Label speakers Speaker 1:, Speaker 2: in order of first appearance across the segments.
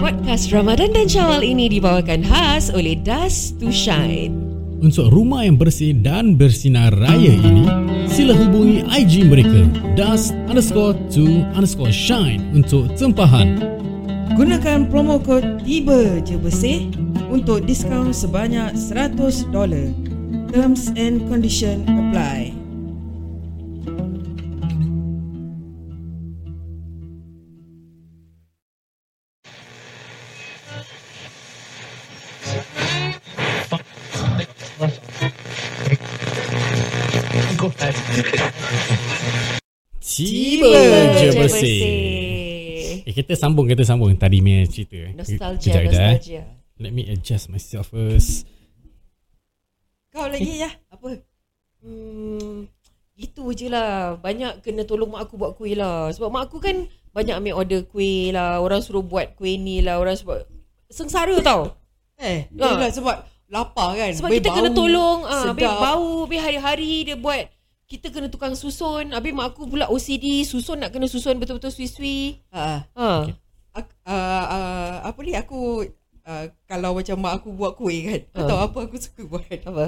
Speaker 1: Podcast Ramadan dan Syawal ini dibawakan khas oleh Dust to Shine.
Speaker 2: Untuk rumah yang bersih dan bersinar raya ini, sila hubungi IG mereka dust underscore to underscore shine untuk tempahan.
Speaker 3: Gunakan promo kod tiba je bersih untuk diskaun sebanyak $100. Terms and condition apply.
Speaker 2: Tiba, je bersih. Eh, kita sambung, kita sambung tadi punya cerita. eh.
Speaker 1: Nostalgia,
Speaker 2: Kejap, kejap, eh.
Speaker 1: nostalgia.
Speaker 2: Let me adjust myself first.
Speaker 3: Kau lagi ya? Apa?
Speaker 1: Hmm, itu je lah. Banyak kena tolong mak aku buat kuih lah. Sebab mak aku kan banyak ambil order kuih lah. Orang suruh buat kuih ni lah. Orang suruh buat... Sengsara tau.
Speaker 3: Eh,
Speaker 1: Ha.
Speaker 3: ha. sebab lapar kan.
Speaker 1: Sebab
Speaker 3: Habis
Speaker 1: kita kena tolong. Ah, habis
Speaker 3: sedap.
Speaker 1: bau, habis hari-hari dia buat. Kita kena tukang susun. Habis mak aku pula OCD. Susun nak kena susun betul-betul sui-sui.
Speaker 3: Ha. ha.
Speaker 1: Ha.
Speaker 2: Okay.
Speaker 3: Ak- ah, ah, apa ni aku ah, kalau macam mak aku buat kuih kan. Kau
Speaker 1: Ha.
Speaker 3: tahu apa aku suka buat?
Speaker 1: Apa?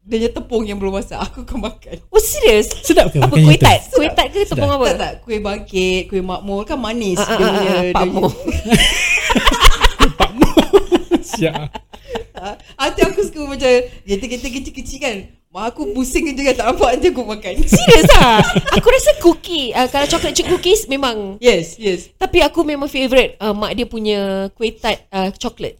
Speaker 3: Dia punya tepung yang belum masak aku akan makan.
Speaker 1: Oh serius?
Speaker 2: Sedap ke
Speaker 1: Apa
Speaker 2: makan
Speaker 1: kuih
Speaker 2: itu?
Speaker 1: tat? Kuih tat ke tepung
Speaker 3: Tak
Speaker 1: apa?
Speaker 3: tak kuih bangkit, kuih makmur kan manis
Speaker 1: Ah, ah,
Speaker 3: dia
Speaker 1: ah,
Speaker 3: punya.
Speaker 1: ah,
Speaker 3: dia
Speaker 1: pakmo.
Speaker 3: punya-
Speaker 2: Siap.
Speaker 3: Ah, Hati aku suka macam kereta-kereta kecil-kecil kan. Mak aku pusing je kan tak nampak je aku makan.
Speaker 1: Serius ah? Aku rasa cookie uh, kalau chocolate chip cookies memang
Speaker 3: yes, yes.
Speaker 1: tapi aku memang favorite uh, mak dia punya kuih tart uh, coklat.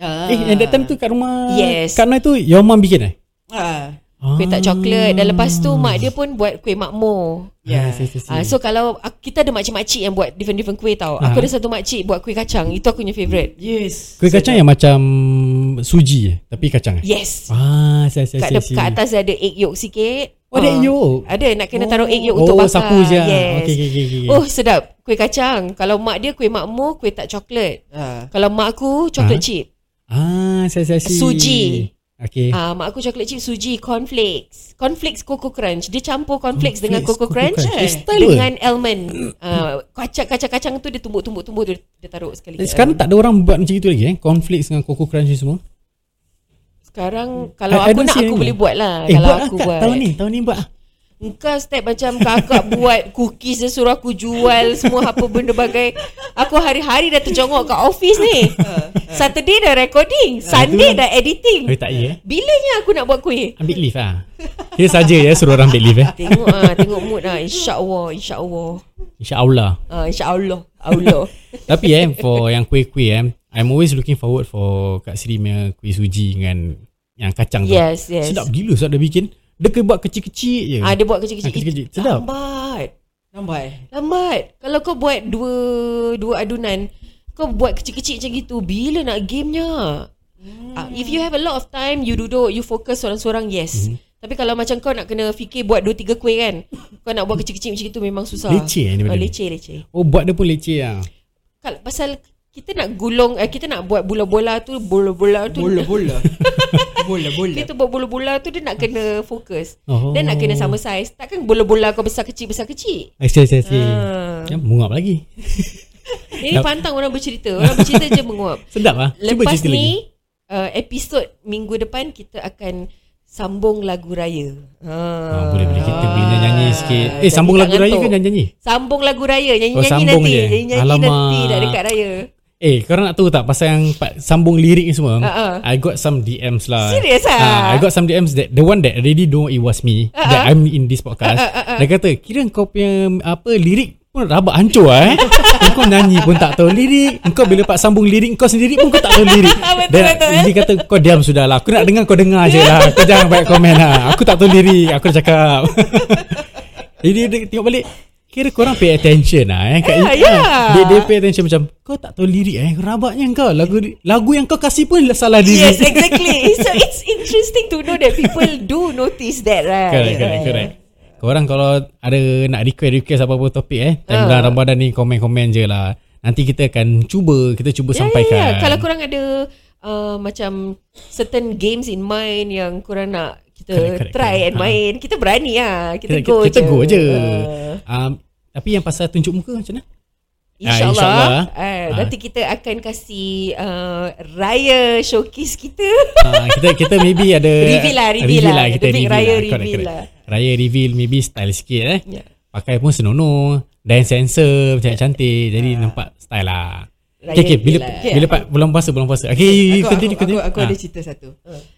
Speaker 3: Ah.
Speaker 2: Eh, and that time tu kat rumah
Speaker 1: Yes.
Speaker 2: Kak Noi tu your mom bikin eh? Ah.
Speaker 3: Ah.
Speaker 1: Kuih tart coklat dan lepas tu mak dia pun buat kuih makmur.
Speaker 3: Ya.
Speaker 2: Ya, yeah.
Speaker 1: Uh, so kalau uh, kita ada makcik-makcik yang buat different-different kuih tau. Aku
Speaker 2: Ah.
Speaker 1: ada satu makcik buat kuih kacang. Itu aku punya favorite.
Speaker 3: Yes.
Speaker 2: kuih kacang ya? yang macam suji eh, tapi kacang eh?
Speaker 1: Yes.
Speaker 2: Ah, saya saya
Speaker 1: Kat,
Speaker 2: saya.
Speaker 1: de- kat atas dia ada egg yolk sikit.
Speaker 2: Oh, ada
Speaker 1: Ah.
Speaker 2: egg yolk?
Speaker 1: Ada nak kena taruh egg yolk
Speaker 2: Oh,
Speaker 1: untuk bakar.
Speaker 2: sapu je. ah.
Speaker 1: Yes.
Speaker 2: Okey okey okey. okey.
Speaker 1: Oh sedap Kuih kacang Kalau mak dia kuih makmur Kuih tak coklat
Speaker 3: Ah.
Speaker 1: Kalau mak aku Coklat
Speaker 2: Ha?
Speaker 1: chip
Speaker 2: Ah, saya saya saya.
Speaker 1: Suji.
Speaker 2: Okey.
Speaker 1: Ah, Mak aku coklat chip Suji Cornflakes Cornflakes Coco Crunch Dia campur cornflakes Dengan Coco
Speaker 2: Cornflakes, Coco
Speaker 1: Crunch, kan?
Speaker 2: Crunch. Eh, style apa?
Speaker 1: Dengan almond Ah, kacang, Kacang-kacang tu Dia tumbuk-tumbuk-tumbuk Dia, dia taruh sekali
Speaker 2: Eh, sekarang tak ada orang buat macam itu lagi eh. Cornflakes dengan Coco Crunch ni semua.
Speaker 1: Sekarang Kalau
Speaker 2: I- I
Speaker 1: aku
Speaker 2: don't
Speaker 1: nak
Speaker 2: see
Speaker 1: Aku
Speaker 2: any.
Speaker 1: boleh buat lah
Speaker 2: Eh,
Speaker 1: Kalau
Speaker 2: buat
Speaker 1: aku
Speaker 2: lah, Kak.
Speaker 1: buat
Speaker 2: Tahun ni, tahun ni buat. ah.
Speaker 1: Engkau step macam kakak buat cookies dia suruh aku jual semua apa benda bagai. Aku hari-hari dah terjongok kat office ni. Saturday dah recording, Sunday
Speaker 2: itulah.
Speaker 1: dah editing.
Speaker 2: Eh, tak ya. eh.
Speaker 1: Bilanya aku nak buat kuih?
Speaker 2: Ambil leave ah. Kita saja ya suruh orang ambil leave eh.
Speaker 1: Tengok ah, tengok mood ah. Insya-Allah, insya-Allah.
Speaker 2: Insya-Allah.
Speaker 1: Ah, insya-Allah. Allah.
Speaker 2: Tapi eh for yang kuih-kuih eh, I'm always looking forward for Kak Sri punya kuih suji dengan yang kacang tu.
Speaker 1: Yes, yes.
Speaker 2: Sedap gila Sedap dia bikin. Dia ke buat kecil-kecil je.
Speaker 1: Ah, dia buat
Speaker 2: Ah, kecil-kecil.
Speaker 1: kecil-kecil. Eh,
Speaker 2: Sedap.
Speaker 1: Lambat.
Speaker 3: Nampak eh?
Speaker 1: Lambat. Kalau kau buat dua dua adunan, kau buat kecil-kecil macam gitu, bila nak gamenya? Uh, if you have a lot of time, you duduk, you fokus seorang-seorang, yes.
Speaker 2: Hmm.
Speaker 1: Mm-hmm. Tapi kalau macam kau nak kena fikir buat dua tiga kuih kan, kau nak buat kecil-kecil macam itu memang susah.
Speaker 2: Leceh eh, ni
Speaker 1: Ah,
Speaker 2: benda ni.
Speaker 1: leceh, leceh.
Speaker 2: Oh buat dia pun leceh lah.
Speaker 1: Kalau pasal kita nak gulung, eh, kita nak buat bola-bola tu, bola-bola tu.
Speaker 3: Bola-bola. Bola-bola.
Speaker 1: Kita buat bola-bola tu dia nak kena fokus.
Speaker 2: Oh.
Speaker 1: Dan nak kena sama size. Takkan bola-bola kau besar kecil besar kecil.
Speaker 2: I see, I see, I see.
Speaker 1: Ah.
Speaker 2: Ya, mengap lagi.
Speaker 1: Ini pantang orang bercerita. Orang bercerita je menguap.
Speaker 2: Sedap ah. Cuba
Speaker 1: Lepas
Speaker 2: cerita lagi.
Speaker 1: ni uh, episod minggu depan kita akan sambung lagu raya. Ha. Ah,
Speaker 2: Ah, boleh boleh kita boleh nyanyi sikit. Eh
Speaker 1: Jadi
Speaker 2: sambung
Speaker 1: tak
Speaker 2: lagu raya
Speaker 1: ngantuk.
Speaker 2: ke nyanyi?
Speaker 1: Sambung lagu raya,
Speaker 2: Oh,
Speaker 1: nyanyi-nyanyi
Speaker 2: sambung
Speaker 1: nanti.
Speaker 2: je.
Speaker 1: Nyanyi-nyanyi
Speaker 2: Alamak.
Speaker 1: nanti dah dekat raya.
Speaker 2: Eh, korang nak tahu tak pasal yang pa- sambung lirik ni semua?
Speaker 1: Uh-uh.
Speaker 2: I got some DMs lah.
Speaker 1: Serious ah?
Speaker 2: Ah, I got some DMs that the one that already know it was me uh-uh. that I'm in this podcast. Uh-uh. Dia kata, "Kira kau punya apa lirik pun rabak hancur ah eh. kau nyanyi pun tak tahu lirik. Kau bila pak sambung lirik kau sendiri pun kau tak tahu lirik."
Speaker 1: Ah, Betul,
Speaker 2: Dan
Speaker 1: betul, eh?
Speaker 2: dia kata, "Kau diam sudahlah. Aku nak dengar kau dengar je lah. Kau jangan banyak komen lah. Aku tak tahu lirik. Aku dah cakap." Eh, dia, dia tengok balik Kira korang pay attention lah eh, kat
Speaker 1: Ya,
Speaker 2: ah,
Speaker 1: ya.
Speaker 2: Dia, dia pay attention macam Kau tak tahu lirik eh Rabaknya kau Lagu lagu yang kau kasih pun salah
Speaker 1: Yes,
Speaker 2: lirik
Speaker 1: exactly. so it's interesting to know that people do notice that right.
Speaker 2: Correct correct correct Korang kalau ada nak request-request apa-apa topik eh Time
Speaker 1: Ah.
Speaker 2: bulan Ramadan ni komen-komen je lah Nanti kita akan cuba Kita cuba
Speaker 1: Ya,
Speaker 2: sampaikan
Speaker 1: kalau korang ada uh, macam certain games in mind yang korang nak kita
Speaker 2: Correct, correct,
Speaker 1: try
Speaker 2: correct. Ah.
Speaker 1: and main, kita berani lah. Kita,
Speaker 2: kita,
Speaker 1: go
Speaker 2: kita, kita
Speaker 1: je.
Speaker 2: go je
Speaker 1: Ah.
Speaker 2: um, Tapi yang pasal tunjuk muka macam mana?
Speaker 1: InsyaAllah
Speaker 2: insyaAllah.
Speaker 1: uh,
Speaker 2: Ah.
Speaker 1: Nanti kita akan kasih uh, Raya showcase kita
Speaker 2: Ah, kita kita maybe ada
Speaker 1: Reveal lah, reveal lah.
Speaker 2: lah kita
Speaker 1: The big raya
Speaker 2: reveal lah. Correct,
Speaker 1: reveal
Speaker 2: correct.
Speaker 1: lah.
Speaker 2: raya reveal maybe style sikit eh
Speaker 1: Ya.
Speaker 2: pakai pun senonoh dan sensor macam cantik jadi nampak style lah
Speaker 1: Ah. Raya
Speaker 2: okay, okay,
Speaker 1: reveal
Speaker 2: bila
Speaker 1: lah.
Speaker 2: bila pak bulan puasa bulan puasa okay
Speaker 4: aku,
Speaker 2: continue
Speaker 4: aku, aku,
Speaker 2: continue
Speaker 4: aku
Speaker 2: Ah.
Speaker 4: ada cerita satu.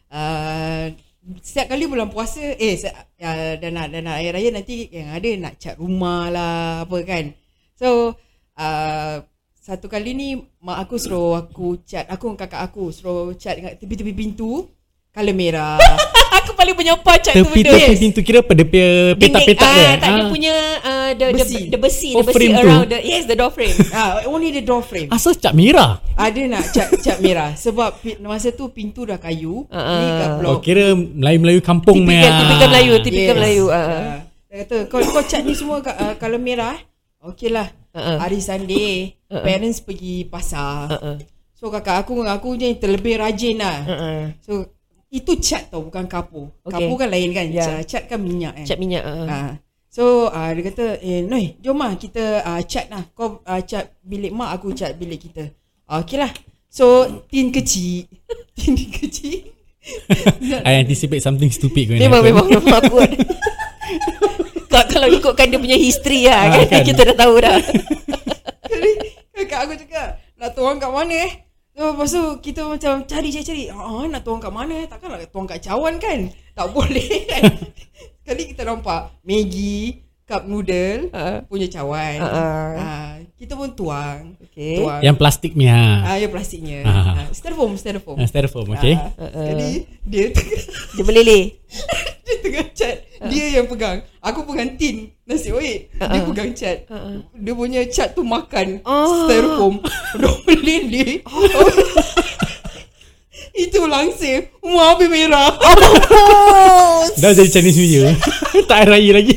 Speaker 4: Uh, setiap kali bulan puasa eh se- uh, dan nak dan nak air raya nanti yang ada nak cat rumah lah apa kan. So uh, satu kali ni mak aku suruh aku cat aku dengan kakak aku suruh cat kat tepi-tepi pintu color merah.
Speaker 1: Aku paling menyapa Cak tu benda
Speaker 2: tepi-tepi pintu kira pada pe- petak-petak
Speaker 1: ah,
Speaker 2: dia.
Speaker 1: Tak ada
Speaker 2: Ah.
Speaker 1: punya uh, the, besi.
Speaker 4: Besi.
Speaker 1: The, the besi
Speaker 2: Oh,
Speaker 1: The besi
Speaker 2: frame tu.
Speaker 1: around the Yes the door frame
Speaker 4: Ah, only the door frame.
Speaker 2: Asal cap merah.
Speaker 4: Ada nak cat cat merah sebab pi- masa tu pintu dah kayu.
Speaker 1: Ah,
Speaker 4: Ni kat
Speaker 1: ah.
Speaker 4: blok.
Speaker 2: Oh, kira Melayu-Melayu kampung
Speaker 1: Tipikal
Speaker 2: meh, ah.
Speaker 1: Tipikal Melayu Tipikal Melayu ah.
Speaker 4: Ah, Dia kata kau kau cat ni semua kat uh, kalau merah eh. Okeylah.
Speaker 1: Ah, ah.
Speaker 4: Uh-uh. Hari Sunday,
Speaker 1: Ah, ah.
Speaker 4: uh-uh. parents pergi
Speaker 1: Ah,
Speaker 4: pasar. Uh-uh.
Speaker 1: ah.
Speaker 4: So kakak aku dengan aku je terlebih rajin lah.
Speaker 1: Ah,
Speaker 4: Uh-uh.
Speaker 1: ah.
Speaker 4: So itu cat tau bukan kapur.
Speaker 1: Okay.
Speaker 4: Okay. Kapur kan lain kan.
Speaker 1: Ya.
Speaker 4: Yeah. Cat, cat kan minyak kan.
Speaker 1: Cap minyak ah.
Speaker 4: Ah. So uh, dia kata eh Noi jom lah kita uh, cat lah Kau uh, cat bilik mak aku cat bilik kita uh, Okay lah So tin kecil Tin kecil
Speaker 2: I anticipate something stupid going
Speaker 1: Memang
Speaker 2: happen.
Speaker 1: memang memang aku ada. Kau kalau ikutkan dia punya history lah
Speaker 2: Ah,
Speaker 1: kan,
Speaker 2: kan.
Speaker 1: kita dah tahu dah.
Speaker 4: Jadi kakak aku cakap Nak tuang kat mana eh So, lepas tu kita macam cari cari cari ah, Nak tuang kat mana eh Takkan nak tuang kat cawan kan Tak boleh kan Sekali kita nampak Maggi Cup noodle
Speaker 1: Ah.
Speaker 4: Punya cawan
Speaker 1: Ah, ah.
Speaker 4: Ah, Kita pun tuang
Speaker 1: Okay.
Speaker 4: Tuang
Speaker 2: Yang plastik ni ha.
Speaker 4: Ah, yang plastiknya
Speaker 2: Ah.
Speaker 4: ah. Styrofoam Styrofoam
Speaker 2: Ah, styrofoam, okay.
Speaker 4: ah. Jadi dia tengah,
Speaker 1: Dia meleleh.
Speaker 4: dia tengah cat
Speaker 1: Ah.
Speaker 4: Dia yang pegang Aku pegang tin Nasi oik Dia pegang cat Dia punya cat tu makan
Speaker 1: Ah.
Speaker 4: Styrofoam Dia meleleh Itu langsir Umar habis merah
Speaker 1: Ah.
Speaker 2: Dah jadi Chinese New Year. tak ada raya lagi.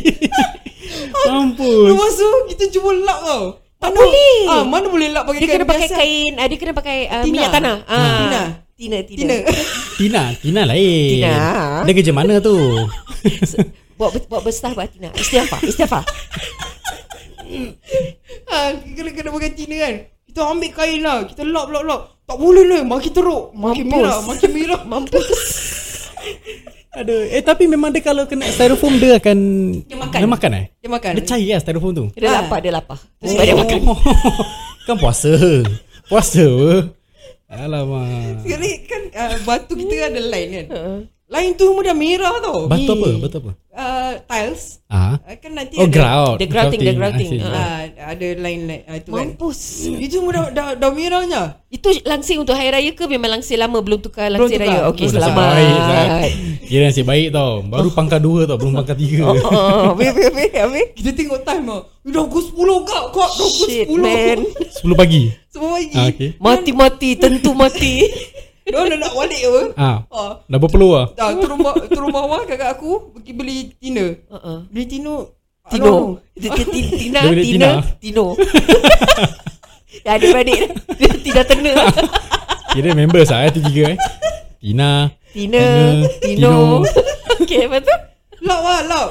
Speaker 2: Mampus.
Speaker 4: Lepas tu kita cuba lap tau
Speaker 1: Tak
Speaker 4: Mana-
Speaker 1: boleh.
Speaker 4: ah, Mana boleh lap pakai
Speaker 1: Dia
Speaker 4: kain
Speaker 1: kena pakai
Speaker 4: biasa?
Speaker 1: kain, ah, dia kena pakai ah,
Speaker 4: Tina.
Speaker 1: minyak tanah. Ah. Tina,
Speaker 4: Tina.
Speaker 1: Tina.
Speaker 4: Tina
Speaker 2: Tina, Tina lain.
Speaker 1: Tina.
Speaker 2: Dia kerja mana tu?
Speaker 1: Buat ber- buat besar buat Tina. Istighfar, istighfar.
Speaker 4: ha, Kena kena pakai Tina kan Kita ambil kain lah Kita lap lap lap Tak boleh lah Makin teruk
Speaker 1: Mampus.
Speaker 4: Makin merah Makin merah Mampus
Speaker 2: Aduh, eh tapi memang dia kalau kena styrofoam dia akan
Speaker 4: Dia makan.
Speaker 2: Dia makan eh?
Speaker 4: Dia makan
Speaker 2: Dia cair lah styrofoam tu.
Speaker 1: Dia
Speaker 4: Ah.
Speaker 1: lapar, dia lapar. Oh. Sebab dia makan.
Speaker 2: kan puasa. Puasa. apa? Alamak.
Speaker 4: Sekali kan uh, batu kita ada line kan.
Speaker 1: Ah.
Speaker 4: Line tu semua dah merah tau.
Speaker 2: Batu apa?
Speaker 4: Eh,
Speaker 2: Batu apa?
Speaker 4: Uh, tiles.
Speaker 2: Ah.
Speaker 4: Uh, kan nanti
Speaker 2: Oh,
Speaker 4: ada,
Speaker 2: grout.
Speaker 1: The grouting, the grouting.
Speaker 2: I see.
Speaker 1: Ah.
Speaker 4: Uh, ada line line uh, tu kan.
Speaker 1: Mampus.
Speaker 4: Itu semua dah, dah, dah merahnya.
Speaker 1: Itu langsir untuk hari raya ke memang langsir lama belum tukar langsir
Speaker 4: tukar.
Speaker 1: raya? Okey,
Speaker 2: Oh, nasib
Speaker 1: selamat.
Speaker 2: baik, Zat. Kira nasib baik tau. Baru pangkal dua tau, belum pangkal tiga.
Speaker 1: Oh, habis, habis, habis, habis.
Speaker 4: Kita tengok time tau. Eh, Dah pukul 10 kak. Kak dah
Speaker 1: Shit,
Speaker 4: pukul 10.
Speaker 1: man.
Speaker 2: Sepuluh pagi.
Speaker 4: Semua lagi.
Speaker 2: Ah, okay.
Speaker 1: Mati-mati, tentu mati.
Speaker 4: Dah dah nak balik apa.
Speaker 2: Ah.
Speaker 4: Ah.
Speaker 2: Dah berpeluh lah.
Speaker 4: Dah turun, ba- turun bawah kakak aku pergi beli tina.
Speaker 1: Uh-uh.
Speaker 4: Beli tino.
Speaker 1: Tino. Ti- ti- ti- Tina,
Speaker 2: Dia boleh
Speaker 1: Tina,
Speaker 2: Tina.
Speaker 1: Tino. Dah ada beradik dah. Dia tidak tena.
Speaker 2: Kira members lah eh, tu tiga eh. Tina.
Speaker 1: Tina,
Speaker 2: Tino,
Speaker 1: Tino.
Speaker 2: Tino.
Speaker 1: Okey, lepas tu?
Speaker 4: Lock lah lock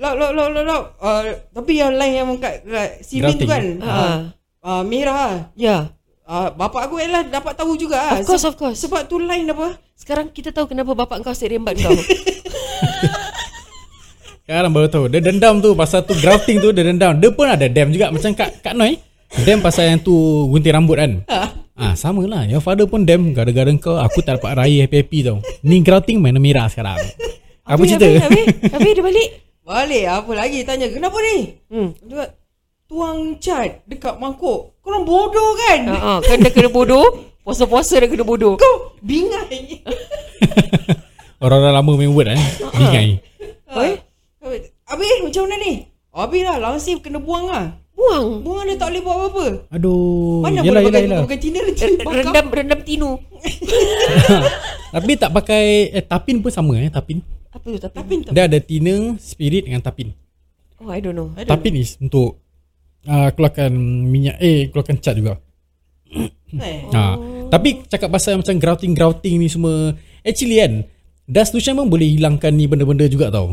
Speaker 4: Lock lock lock lock, lock. Uh, Tapi yang lain yang kat, kat Simin tu
Speaker 2: Grouting.
Speaker 4: kan
Speaker 1: Ha.
Speaker 4: uh, uh, Merah lah
Speaker 1: Ya.
Speaker 4: uh, Bapak aku lah dapat tahu juga lah.
Speaker 1: Of course, of course.
Speaker 4: Sebab tu lain apa
Speaker 1: Sekarang kita tahu kenapa bapak kau asyik rembat kau.
Speaker 2: Sekarang baru tahu Dia dendam tu Pasal tu grafting tu Dia dendam Dia pun ada dam juga Macam Kak, Kak Noi Dam pasal yang tu Gunting rambut kan Ah sama lah Your father pun dam Gara-gara kau Aku tak dapat raya happy-happy tau Ni grafting main merah sekarang Apa
Speaker 1: Habis,
Speaker 2: cerita?
Speaker 1: Habis, habis, habis dia balik.
Speaker 4: Balik apa lagi tanya Kenapa ni
Speaker 1: Hmm.
Speaker 4: Dia kata, Tuang cat dekat mangkuk Korang bodoh kan
Speaker 1: Ha, ha. kan dia kena bodoh. Puasa-puasa dia kena bodoh.
Speaker 4: Kau bingai
Speaker 2: Orang-orang lama main word eh Bingai
Speaker 1: Ha. Eh,
Speaker 4: Habis Habis macam mana ni Habis lah langsir kena buang lah
Speaker 1: Buang.
Speaker 4: Buang dia tak boleh buat apa-apa
Speaker 2: Aduh
Speaker 4: Mana
Speaker 2: Oh, Yelah yelah
Speaker 4: boleh pakai,
Speaker 2: yelah
Speaker 4: pakai tina nanti bakar.
Speaker 1: Rendam rendam Tino.
Speaker 2: Tapi tak pakai eh, Tapin pun sama eh Tapin
Speaker 1: Apa tu tapi?
Speaker 4: Tapi tak
Speaker 2: Dia ada tina Spirit dengan tapin
Speaker 1: Oh, I don't know.
Speaker 4: I don't
Speaker 2: Tapin is untuk uh, Keluarkan minyak Eh keluarkan cat juga
Speaker 4: know, eh.
Speaker 2: Ha.
Speaker 1: Oh.
Speaker 2: Tapi cakap pasal macam grouting-grouting ni semua Actually kan Dust solution pun boleh hilangkan ni benda-benda juga tau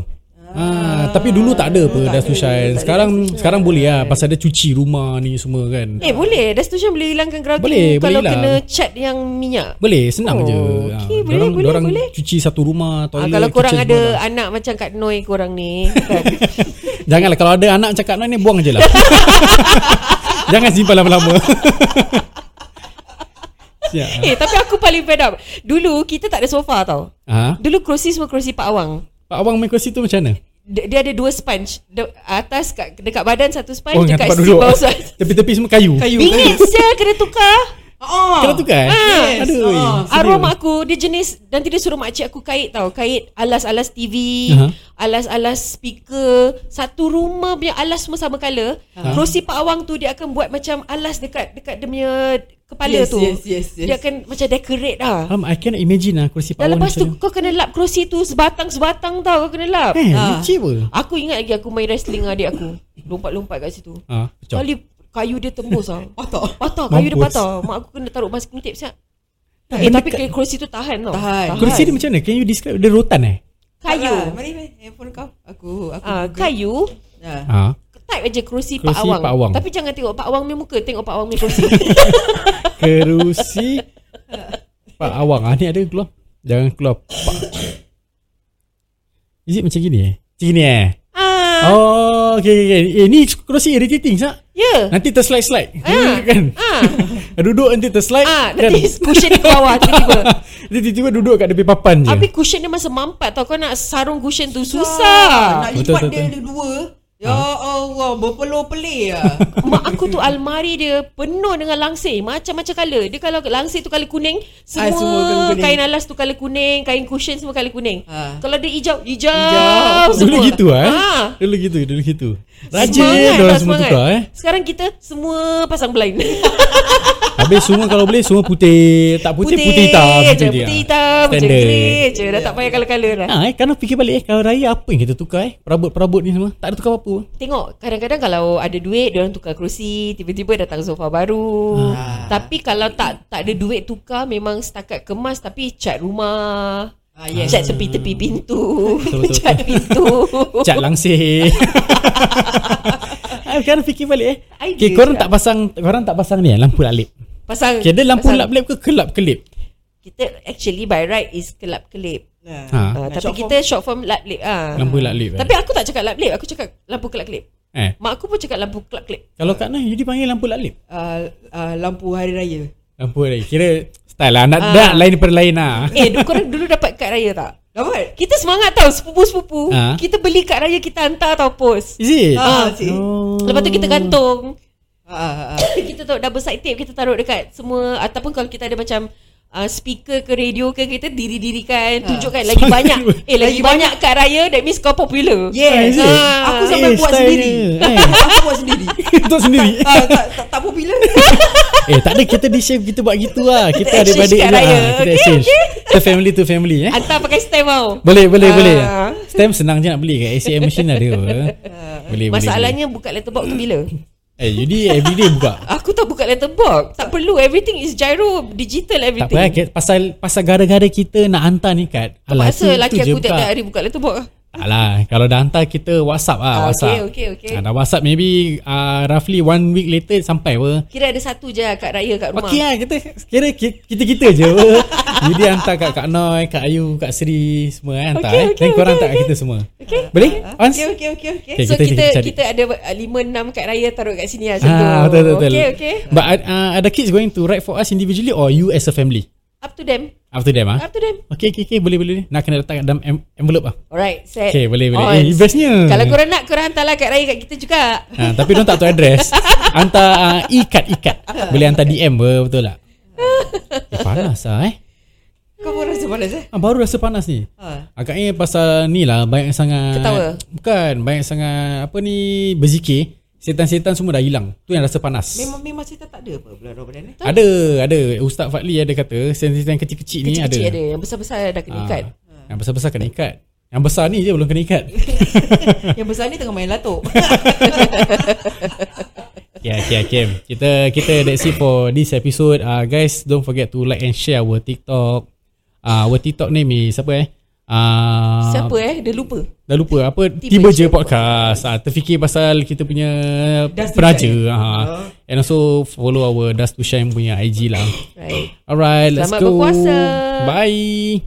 Speaker 2: Ah, tapi dulu tak ada apa dah susah. Sekarang sekarang boleh lah pasal dia cuci rumah ni semua kan.
Speaker 1: Eh boleh Dah setuju boleh hilangkan grouting
Speaker 2: Boleh, boleh
Speaker 1: Kalau
Speaker 2: hilang.
Speaker 1: kena cat yang minyak
Speaker 2: Boleh, senang
Speaker 1: Oh,
Speaker 2: je.
Speaker 1: okey,
Speaker 2: Ah,
Speaker 1: boleh,
Speaker 2: dorang-
Speaker 1: boleh,
Speaker 2: dorang
Speaker 1: boleh.
Speaker 2: cuci satu rumah,
Speaker 1: ah,
Speaker 2: toilet,
Speaker 1: Kalau korang
Speaker 2: kitchen
Speaker 1: ada
Speaker 2: semua lah. dah.
Speaker 1: anak macam Kak Noi korang ni kan?
Speaker 2: Janganlah kalau ada anak cakap nak ni buang je lah. Jangan simpan lama-lama. Siap.
Speaker 1: Eh tapi aku paling fed up Dulu kita tak ada sofa tau
Speaker 2: Ha?
Speaker 1: Dulu kerusi semua kerusi Pak Awang
Speaker 2: Pak Awang main kursi tu macam mana?
Speaker 1: dia, dia ada dua sponge De- Atas kat, dekat badan satu sponge
Speaker 2: dengan
Speaker 1: Dekat
Speaker 2: tempat
Speaker 1: seat
Speaker 2: duduk.
Speaker 1: bawah satu
Speaker 2: Tepi-tepi semua Oh, kayu.
Speaker 4: Kayu.
Speaker 1: Bingit saya kena tukar
Speaker 4: Oh.
Speaker 2: Kena tukar? eh?
Speaker 1: Ah.
Speaker 2: Aduh.
Speaker 4: Ah.
Speaker 2: Serius?
Speaker 1: Arwah mak aku Dia jenis Nanti dia suruh makcik aku kait tau Kait alas-alas TV
Speaker 2: Aha.
Speaker 1: uh-huh. Alas-alas speaker Satu rumah punya alas semua sama colour uh-huh. Kerusi Pak Awang tu Dia akan buat macam alas dekat Dekat dia punya Kepala
Speaker 4: Yes,
Speaker 1: tu
Speaker 4: yes, yes, yes.
Speaker 1: Dia akan macam decorate lah
Speaker 2: Um, I cannot imagine lah kursi Pak
Speaker 1: Dan
Speaker 2: Awang
Speaker 1: lepas tu
Speaker 2: macam
Speaker 1: kau kena lap kerusi tu Sebatang-sebatang tau Kau kena lap
Speaker 2: mana. Eh, licik apa?
Speaker 1: Aku ingat lagi aku main wrestling dengan adik aku Lompat-lompat kat situ
Speaker 2: Ha, pecah.
Speaker 1: Kali kayu dia tembus tau
Speaker 4: Patah.
Speaker 1: Patah kayu dia
Speaker 2: Mampus.
Speaker 1: patah Mak aku kena taruh masking tape siap Eh tapi kerusi tu tahan tau
Speaker 4: Tahan.
Speaker 2: Kursi dia macam mana? Can you describe? Dia rotan eh?
Speaker 1: Kayu
Speaker 4: Ah, Mari mari handphone kau. Aku aku.
Speaker 1: ah, Kayu
Speaker 4: Ah.
Speaker 2: Ha.
Speaker 1: Type aja kerusi, Pak,
Speaker 2: Kerusi
Speaker 1: Awang.
Speaker 2: Pak Awang.
Speaker 1: Tapi jangan tengok Pak Awang punya muka Tengok Pak Awang punya kerusi
Speaker 2: Kerusi Pak Awang ah, Ni ada keluar Jangan keluar Pak. Is it macam gini eh? Macam gini eh?
Speaker 1: ah,
Speaker 2: Oh okay, okay. okay. Eh ni kerusi irritating sak
Speaker 1: Ya
Speaker 2: Nanti terslide-slide
Speaker 1: Ah.
Speaker 2: Kan
Speaker 1: ah,
Speaker 2: Duduk nanti terslide Kan?
Speaker 1: ah, Nanti cushion dia ke bawah tiba-tiba
Speaker 2: Ya. Dia tiba-tiba duduk kat tepi papan je
Speaker 1: Habis cushion dia masa mampat tau Kau nak sarung cushion tu susah
Speaker 4: Ah, Nak
Speaker 2: Betul,
Speaker 4: lipat
Speaker 2: betul,
Speaker 4: dia
Speaker 2: betul.
Speaker 4: ada dua. Ya Allah, berpeluh pelih ah.
Speaker 1: Mak aku tu almari dia penuh dengan langsir Macam-macam colour Dia kalau langsir tu colour kuning Semua,
Speaker 4: Ah, semua colour kuning.
Speaker 1: kain alas tu colour kuning Kain cushion semua colour kuning
Speaker 4: Ah.
Speaker 1: Kalau dia hijau Hijau,
Speaker 4: Hijau.
Speaker 1: semua
Speaker 2: Dulu gitu eh
Speaker 1: Ah.
Speaker 2: Dulu gitu Dulu gitu
Speaker 1: Semangat
Speaker 2: Rajin
Speaker 1: tau,
Speaker 2: Diorang semua
Speaker 1: semangat.
Speaker 2: tukar eh
Speaker 1: Sekarang kita semua pasang blind
Speaker 2: Habis semua kalau boleh Semua putih Tak putih Putih, hitam
Speaker 1: je,
Speaker 2: macam dia.
Speaker 1: Putih hitam Macam
Speaker 2: Standard.
Speaker 1: grey je Dah
Speaker 4: Ya.
Speaker 1: tak payah colour-colour dah
Speaker 2: Ha, eh, kalau fikir balik eh, kalau raya apa yang kita tukar eh? Perabot-perabot ni semua. Tak ada tukar apa-apa.
Speaker 1: Tengok kadang-kadang kalau ada duit dia orang tukar kerusi, tiba-tiba datang sofa baru. Ha.
Speaker 2: Ah.
Speaker 1: Tapi kalau tak tak ada duit tukar memang setakat kemas tapi cat rumah.
Speaker 4: Ah, yes.
Speaker 1: Cat tepi-tepi pintu.
Speaker 2: Betul, betul,
Speaker 1: cat pintu.
Speaker 2: Cat langsir. Ah, Sekarang fikir balik eh.
Speaker 1: Idea lah.
Speaker 2: Okay, korang
Speaker 1: juga.
Speaker 2: tak pasang korang tak pasang ni eh, lampu lalip.
Speaker 1: Pasang.
Speaker 2: Okay, dia lampu
Speaker 1: pasang-
Speaker 2: lap-lip ke kelap-kelip?
Speaker 1: Kita actually by right is kelap-kelip.
Speaker 2: Ha.
Speaker 1: Ha, tapi
Speaker 4: short
Speaker 1: kita short form lap-lip ah.
Speaker 2: Lampu lap-lip. eh.
Speaker 1: Tapi aku tak cakap lap-lip, aku cakap lampu kelap-kelip.
Speaker 2: eh.
Speaker 1: Mak aku pun cakap lampu kelap-kelip.
Speaker 2: Kalau Kak Nah, you dipanggil lampu lap-lip.
Speaker 4: Ah, ah, lampu hari raya.
Speaker 2: Lampu lap Kira style lah. Nak dah lain daripada lain lah.
Speaker 1: Ah. Eh, du- korang dulu dapat kad raya tak?
Speaker 4: Dapat?
Speaker 1: Kita semangat tau sepupu-sepupu.
Speaker 2: Ah.
Speaker 1: Kita beli kad raya kita hantar tau post.
Speaker 2: Is it?
Speaker 4: Ah, si.
Speaker 2: Oh.
Speaker 1: Lepas tu kita gantung.
Speaker 4: Ah, ah, ah.
Speaker 1: kita taruh double side tape kita taruh dekat semua ataupun kalau kita ada macam uh, speaker ke radio ke kita diri-dirikan tunjukkan lagi
Speaker 2: Sorry.
Speaker 1: banyak eh lagi, banyak kat raya that means kau popular. Ha.
Speaker 4: Yes.
Speaker 2: Ah, is it?
Speaker 4: Aku sampai
Speaker 2: Eh,
Speaker 4: buat
Speaker 2: style
Speaker 4: sendiri.
Speaker 2: dia. Eh.
Speaker 4: Aku buat sendiri.
Speaker 2: Untuk sendiri.
Speaker 4: Ah, tak tak tak popular.
Speaker 2: Eh tak ada kita di shape kita buat gitu lah. Kita ada
Speaker 1: exchange
Speaker 2: adik
Speaker 1: kat
Speaker 2: lah.
Speaker 1: raya.
Speaker 2: Ah, Kita
Speaker 1: Okay,
Speaker 2: exchange. Kita family to family eh.
Speaker 1: Hantar pakai stem tau.
Speaker 2: Boleh boleh
Speaker 1: Ah.
Speaker 2: boleh. Stem senang je nak beli kat ACM machine ada. apa. boleh boleh.
Speaker 1: Masalahnya buka letterbox tu bila?
Speaker 2: boleh. Eh you ni everyday buka.
Speaker 1: Aku tak buka letterbox. Tak perlu. Everything is gyro, digital
Speaker 2: tak
Speaker 1: everything.
Speaker 2: apa eh, ke- pasal pasal gara-gara kita nak hantar ni kat.
Speaker 1: Paksa
Speaker 2: lah.
Speaker 1: laki
Speaker 2: tu- tu je
Speaker 1: aku
Speaker 2: buka.
Speaker 1: tiap-tiap hari buka letterbox.
Speaker 2: Tak lah Kalau dah hantar kita WhatsApp lah
Speaker 1: Ah,
Speaker 2: WhatsApp
Speaker 1: okay, okay, okay.
Speaker 2: Ah, Dah WhatsApp maybe uh, Roughly one week later Sampai apa
Speaker 1: Kira ada satu je kat raya kat rumah.
Speaker 2: Okey lah kita kira ki- kita-kita je. Jadi hantar kat Kak Noi, Kak Ayu, Kak Sri semua eh, hantar
Speaker 1: Okey,
Speaker 2: okay, eh.
Speaker 1: okey,
Speaker 2: Dan
Speaker 1: okey, Ah,
Speaker 2: korang hantar kat kita semua. Okay. Boleh? Ons?
Speaker 4: Okey okey okey okey.
Speaker 2: Okay,
Speaker 1: so kita
Speaker 2: Eh, kita- kita
Speaker 1: kita,
Speaker 2: cari.
Speaker 1: kita ada uh, lima enam kad raya taruh kat sini lah macam tu.
Speaker 2: Ah, betul betul. betul.
Speaker 1: Okay, okay.
Speaker 2: But uh, are the kids going to write for us individually or you as a family?
Speaker 1: Up to them.
Speaker 2: After them ah.
Speaker 1: Up to them.
Speaker 2: Okay, okay, okay, boleh boleh. boleh. Nak kena letak kat dalam em- envelope ah.
Speaker 1: Alright, set.
Speaker 2: Okay, boleh boleh.
Speaker 1: On.
Speaker 2: Eh, bestnya.
Speaker 1: Kalau korang nak, korang hantarlah kat raya kat kita juga.
Speaker 2: Ha, tapi dia tak tahu address. Hantar uh, e-card e-card. Boleh hantar DM eh, betul tak? Eh, panas ah eh.
Speaker 4: Kau pun rasa panas eh?
Speaker 2: Ah, baru rasa panas ni.
Speaker 4: Ha.
Speaker 2: Agaknya pasal ni lah Banyak sangat
Speaker 1: Ketawa?
Speaker 2: Bukan Banyak sangat Apa ni Berzikir Setan-setan semua dah hilang Tu yang rasa panas
Speaker 4: Memang memang cerita tak ada apa bulan Ramadan eh.
Speaker 2: Ada Ada Ustaz Fadli ada kata Setan-setan kecil-kecil, ni ada
Speaker 1: Kecil-kecil ada. Yang besar-besar dah kena
Speaker 2: Ah,
Speaker 1: ikat.
Speaker 2: Yang besar-besar kena ikat Yang besar ni je belum kena ikat
Speaker 4: Yang besar ni tengah main latuk.
Speaker 2: Okay, okay, okay. Ya, Kita, kita that's it for this Ah, episode. Uh, guys, don't forget to like and share our TikTok. Uh, our TikTok Ah, name is apa eh? uh,
Speaker 1: Siapa eh? Dia lupa.
Speaker 2: Dah lupa apa
Speaker 1: Tiba
Speaker 2: Tiba,
Speaker 1: je
Speaker 2: je podcast ha, Terfikir pasal kita punya
Speaker 3: Dust to
Speaker 2: Peraja
Speaker 3: Shine.
Speaker 2: ha. And also follow our Dust to Shine punya IG lah
Speaker 1: Right.
Speaker 2: Alright let's
Speaker 1: Selamat
Speaker 2: go
Speaker 1: berpuasa.
Speaker 2: Bye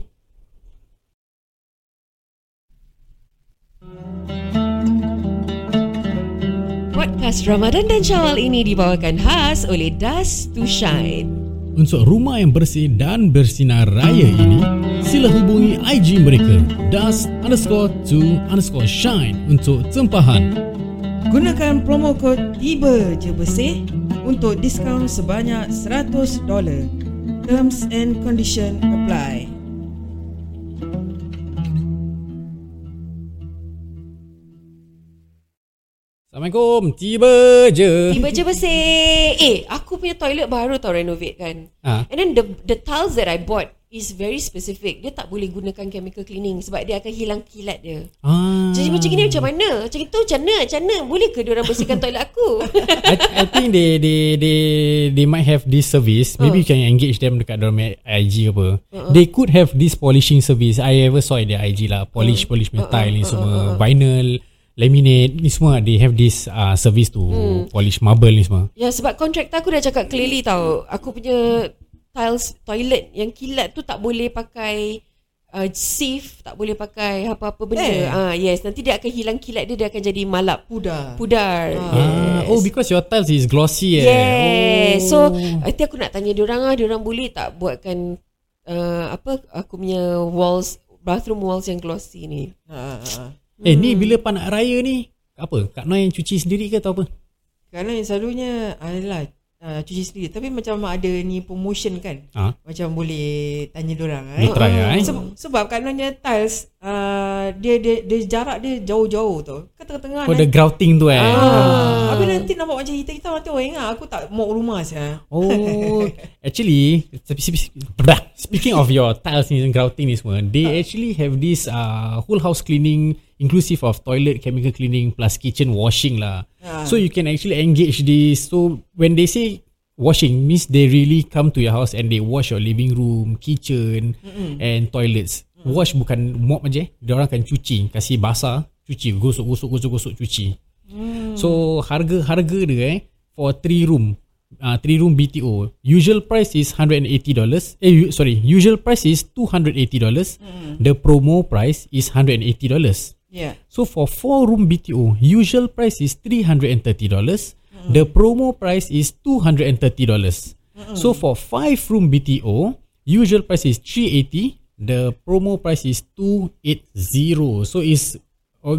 Speaker 1: Podcast Ramadan dan Syawal ini dibawakan khas oleh Dust to Shine.
Speaker 2: Untuk rumah yang bersih dan bersinar raya ini, sila hubungi IG mereka dust underscore to underscore shine untuk tempahan.
Speaker 3: Gunakan promo kod tiba je bersih untuk diskaun sebanyak $100. Terms and condition apply.
Speaker 2: Assalamualaikum, tiba je.
Speaker 1: Tiba je bersih. Eh, aku punya toilet baru tau renovate kan.
Speaker 2: Ah.
Speaker 1: And then the the tiles that I bought is very specific. Dia tak boleh gunakan chemical cleaning sebab dia akan hilang kilat dia.
Speaker 2: Ah,
Speaker 1: Jadi macam ni macam mana? Macam itu macam mana? Macam mana? Boleh ke diorang bersihkan toilet aku?
Speaker 2: I, I think they they they they might have this service.
Speaker 1: Uh.
Speaker 2: Maybe you can engage them dekat dalam IG apa.
Speaker 1: Uh-uh.
Speaker 2: They could have this polishing service. I ever saw in their IG lah. Polish
Speaker 1: Uh.
Speaker 2: polish punya
Speaker 1: Uh-uh.
Speaker 2: tile ni semua, vinyl, laminate ni semua they have this uh, service to
Speaker 1: Hmm.
Speaker 2: polish marble ni semua.
Speaker 1: Ya sebab kontraktor aku dah cakap clearly tau Aku punya tiles toilet yang kilat tu tak boleh pakai uh, safe Tak boleh pakai apa-apa benda
Speaker 4: Eh.
Speaker 1: eh. ah, Yes nanti dia akan hilang kilat dia Dia akan jadi malap
Speaker 4: Pudar.
Speaker 1: Pudar
Speaker 2: Ah, oh because your tiles is glossy eh.
Speaker 1: Yes
Speaker 2: Oh.
Speaker 1: So nanti aku nak tanya diorang lah Diorang boleh tak buatkan uh, Apa aku punya walls Bathroom walls yang glossy ni
Speaker 4: Ha, ha, ha.
Speaker 2: eh ni
Speaker 1: hmm.
Speaker 2: bila panak raya ni apa? Kak Noi yang cuci sendiri ke atau apa?
Speaker 4: Kerana yang selalunya adalah uh, cuci sendiri tapi macam ada ni promotion kan.
Speaker 2: Ah.
Speaker 4: Macam boleh tanya dorang eh.
Speaker 2: Boleh try lah, eh.
Speaker 4: Sebab, sebab kat Nonya tiles uh, dia, dia dia jarak dia jauh-jauh tu. Kat tengah-tengah
Speaker 2: Oh the
Speaker 4: nanti,
Speaker 2: grouting tu eh.
Speaker 4: ah. Habis nanti nampak macam hitam-hitam nanti orang ingat aku tak mau rumah saya.
Speaker 2: Oh, actually, tapi- tapi- blah. speaking of your tiles ni and grouting ni semua, they actually have this uh, whole house cleaning inclusive of toilet, chemical cleaning plus kitchen washing lah. So you can actually engage this. So when they say washing means they really come to your house and they wash your living room, kitchen and toilets. Wash bukan mop aja, dia orang akan cuci, kasih basah, cuci, gosok gosok gosok gosok cuci. So harga-harga dia eh for 3 room uh, 3 room BTO usual price is $180 eh u- sorry usual price is $280 the promo price is $180
Speaker 4: Ya. Yeah.
Speaker 2: so for 4 room BTO usual price is $330 the promo price is $230 so for 5 room BTO usual price is 380 the promo price is 280 so is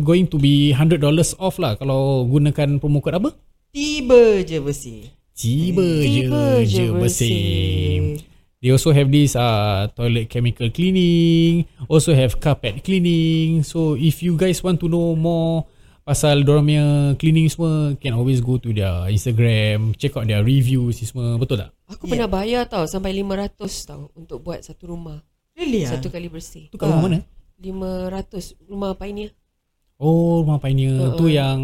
Speaker 2: going to be $100 off lah kalau gunakan promo code apa
Speaker 4: Tiba je bersih.
Speaker 2: Tiba,
Speaker 1: Tiba je
Speaker 2: je, je
Speaker 1: bersih.
Speaker 2: bersih. They also have this uh, toilet chemical cleaning, also have carpet cleaning. So if you guys want to know more pasal dorang punya cleaning semua, can always go to their Instagram, check out their reviews ni semua. Betul tak?
Speaker 1: Aku yeah. pernah bayar tau Sampai 500 tau Untuk buat satu rumah
Speaker 4: Really
Speaker 1: yeah.
Speaker 4: ah?
Speaker 1: Satu kali bersih
Speaker 2: Tu kat rumah mana?
Speaker 1: 500 rumah Pioneer
Speaker 2: Oh, rumah Pioneer. Tu yang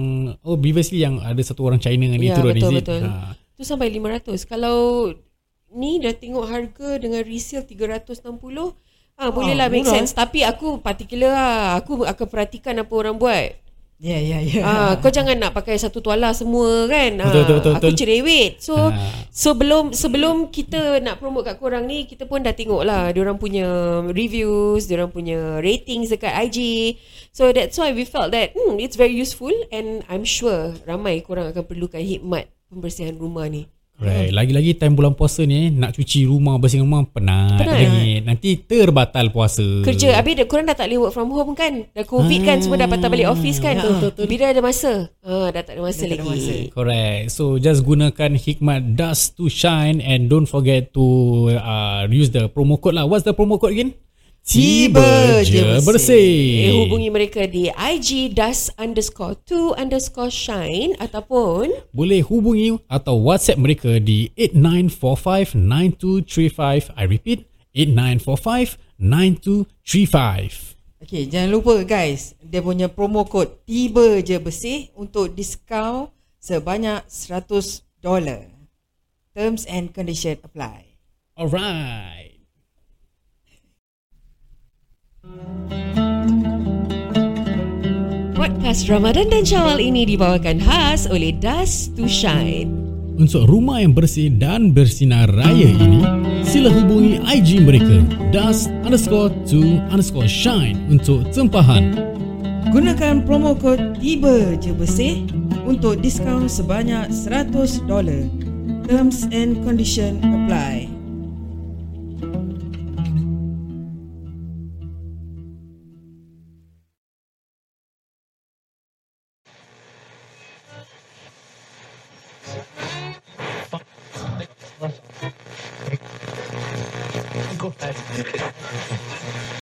Speaker 2: oh previously yang ada satu orang China ni
Speaker 1: Ah, Ya,
Speaker 2: turun
Speaker 1: betul,
Speaker 2: is it? Ah,
Speaker 1: betul. Tu sampai 500 Kalau ni dah tengok harga dengan resale 360 Ah, boleh lah make
Speaker 4: murah,
Speaker 1: sense Tapi aku particular lah Aku akan perhatikan apa orang buat
Speaker 4: Ya ya ya.
Speaker 1: ah, Kau jangan nak pakai satu tuala semua kan ah,
Speaker 2: Betul, betul, betul,
Speaker 1: Aku
Speaker 2: betul.
Speaker 1: cerewet So
Speaker 2: Ah.
Speaker 1: sebelum sebelum kita nak promote kat korang ni Kita pun dah tengok lah Diorang punya reviews Diorang punya ratings dekat IG So that's why we felt that hmm, It's very useful And I'm sure ramai korang akan perlukan hikmat Pembersihan rumah ni
Speaker 2: Right. Lagi-lagi time bulan puasa ni eh, nak cuci rumah, bersihkan rumah penat,
Speaker 1: Penat.
Speaker 2: penat. Rengit. Nanti terbatal puasa.
Speaker 1: Kerja Habis dia- korang dah tak boleh work from home kan Dah covid kan Semua dah patah balik office kan Bila ada masa ah, Dah tak ada masa lagi
Speaker 2: Correct. So just gunakan hikmat dust to shine and don't forget to uh, use the promo code lah. What's the promo code again?
Speaker 4: Tiba je bersih.
Speaker 1: Eh, hubungi mereka di IG dust underscore to underscore shine ataupun
Speaker 2: Boleh hubungi atau WhatsApp mereka di 89459235. I repeat 89459235.
Speaker 4: Okey, jangan lupa guys, dia punya promo code tiba je bersih untuk diskaun sebanyak $100. Terms and condition apply.
Speaker 2: Alright.
Speaker 1: Podcast Ramadan dan Syawal ini dibawakan khas oleh Dust to Shine.
Speaker 2: Untuk rumah yang bersih dan bersinar raya ini, sila hubungi IG mereka dust underscore to underscore shine untuk tempahan.
Speaker 4: Gunakan promo kod tiba je bersih untuk diskaun sebanyak $100. Terms and condition apply.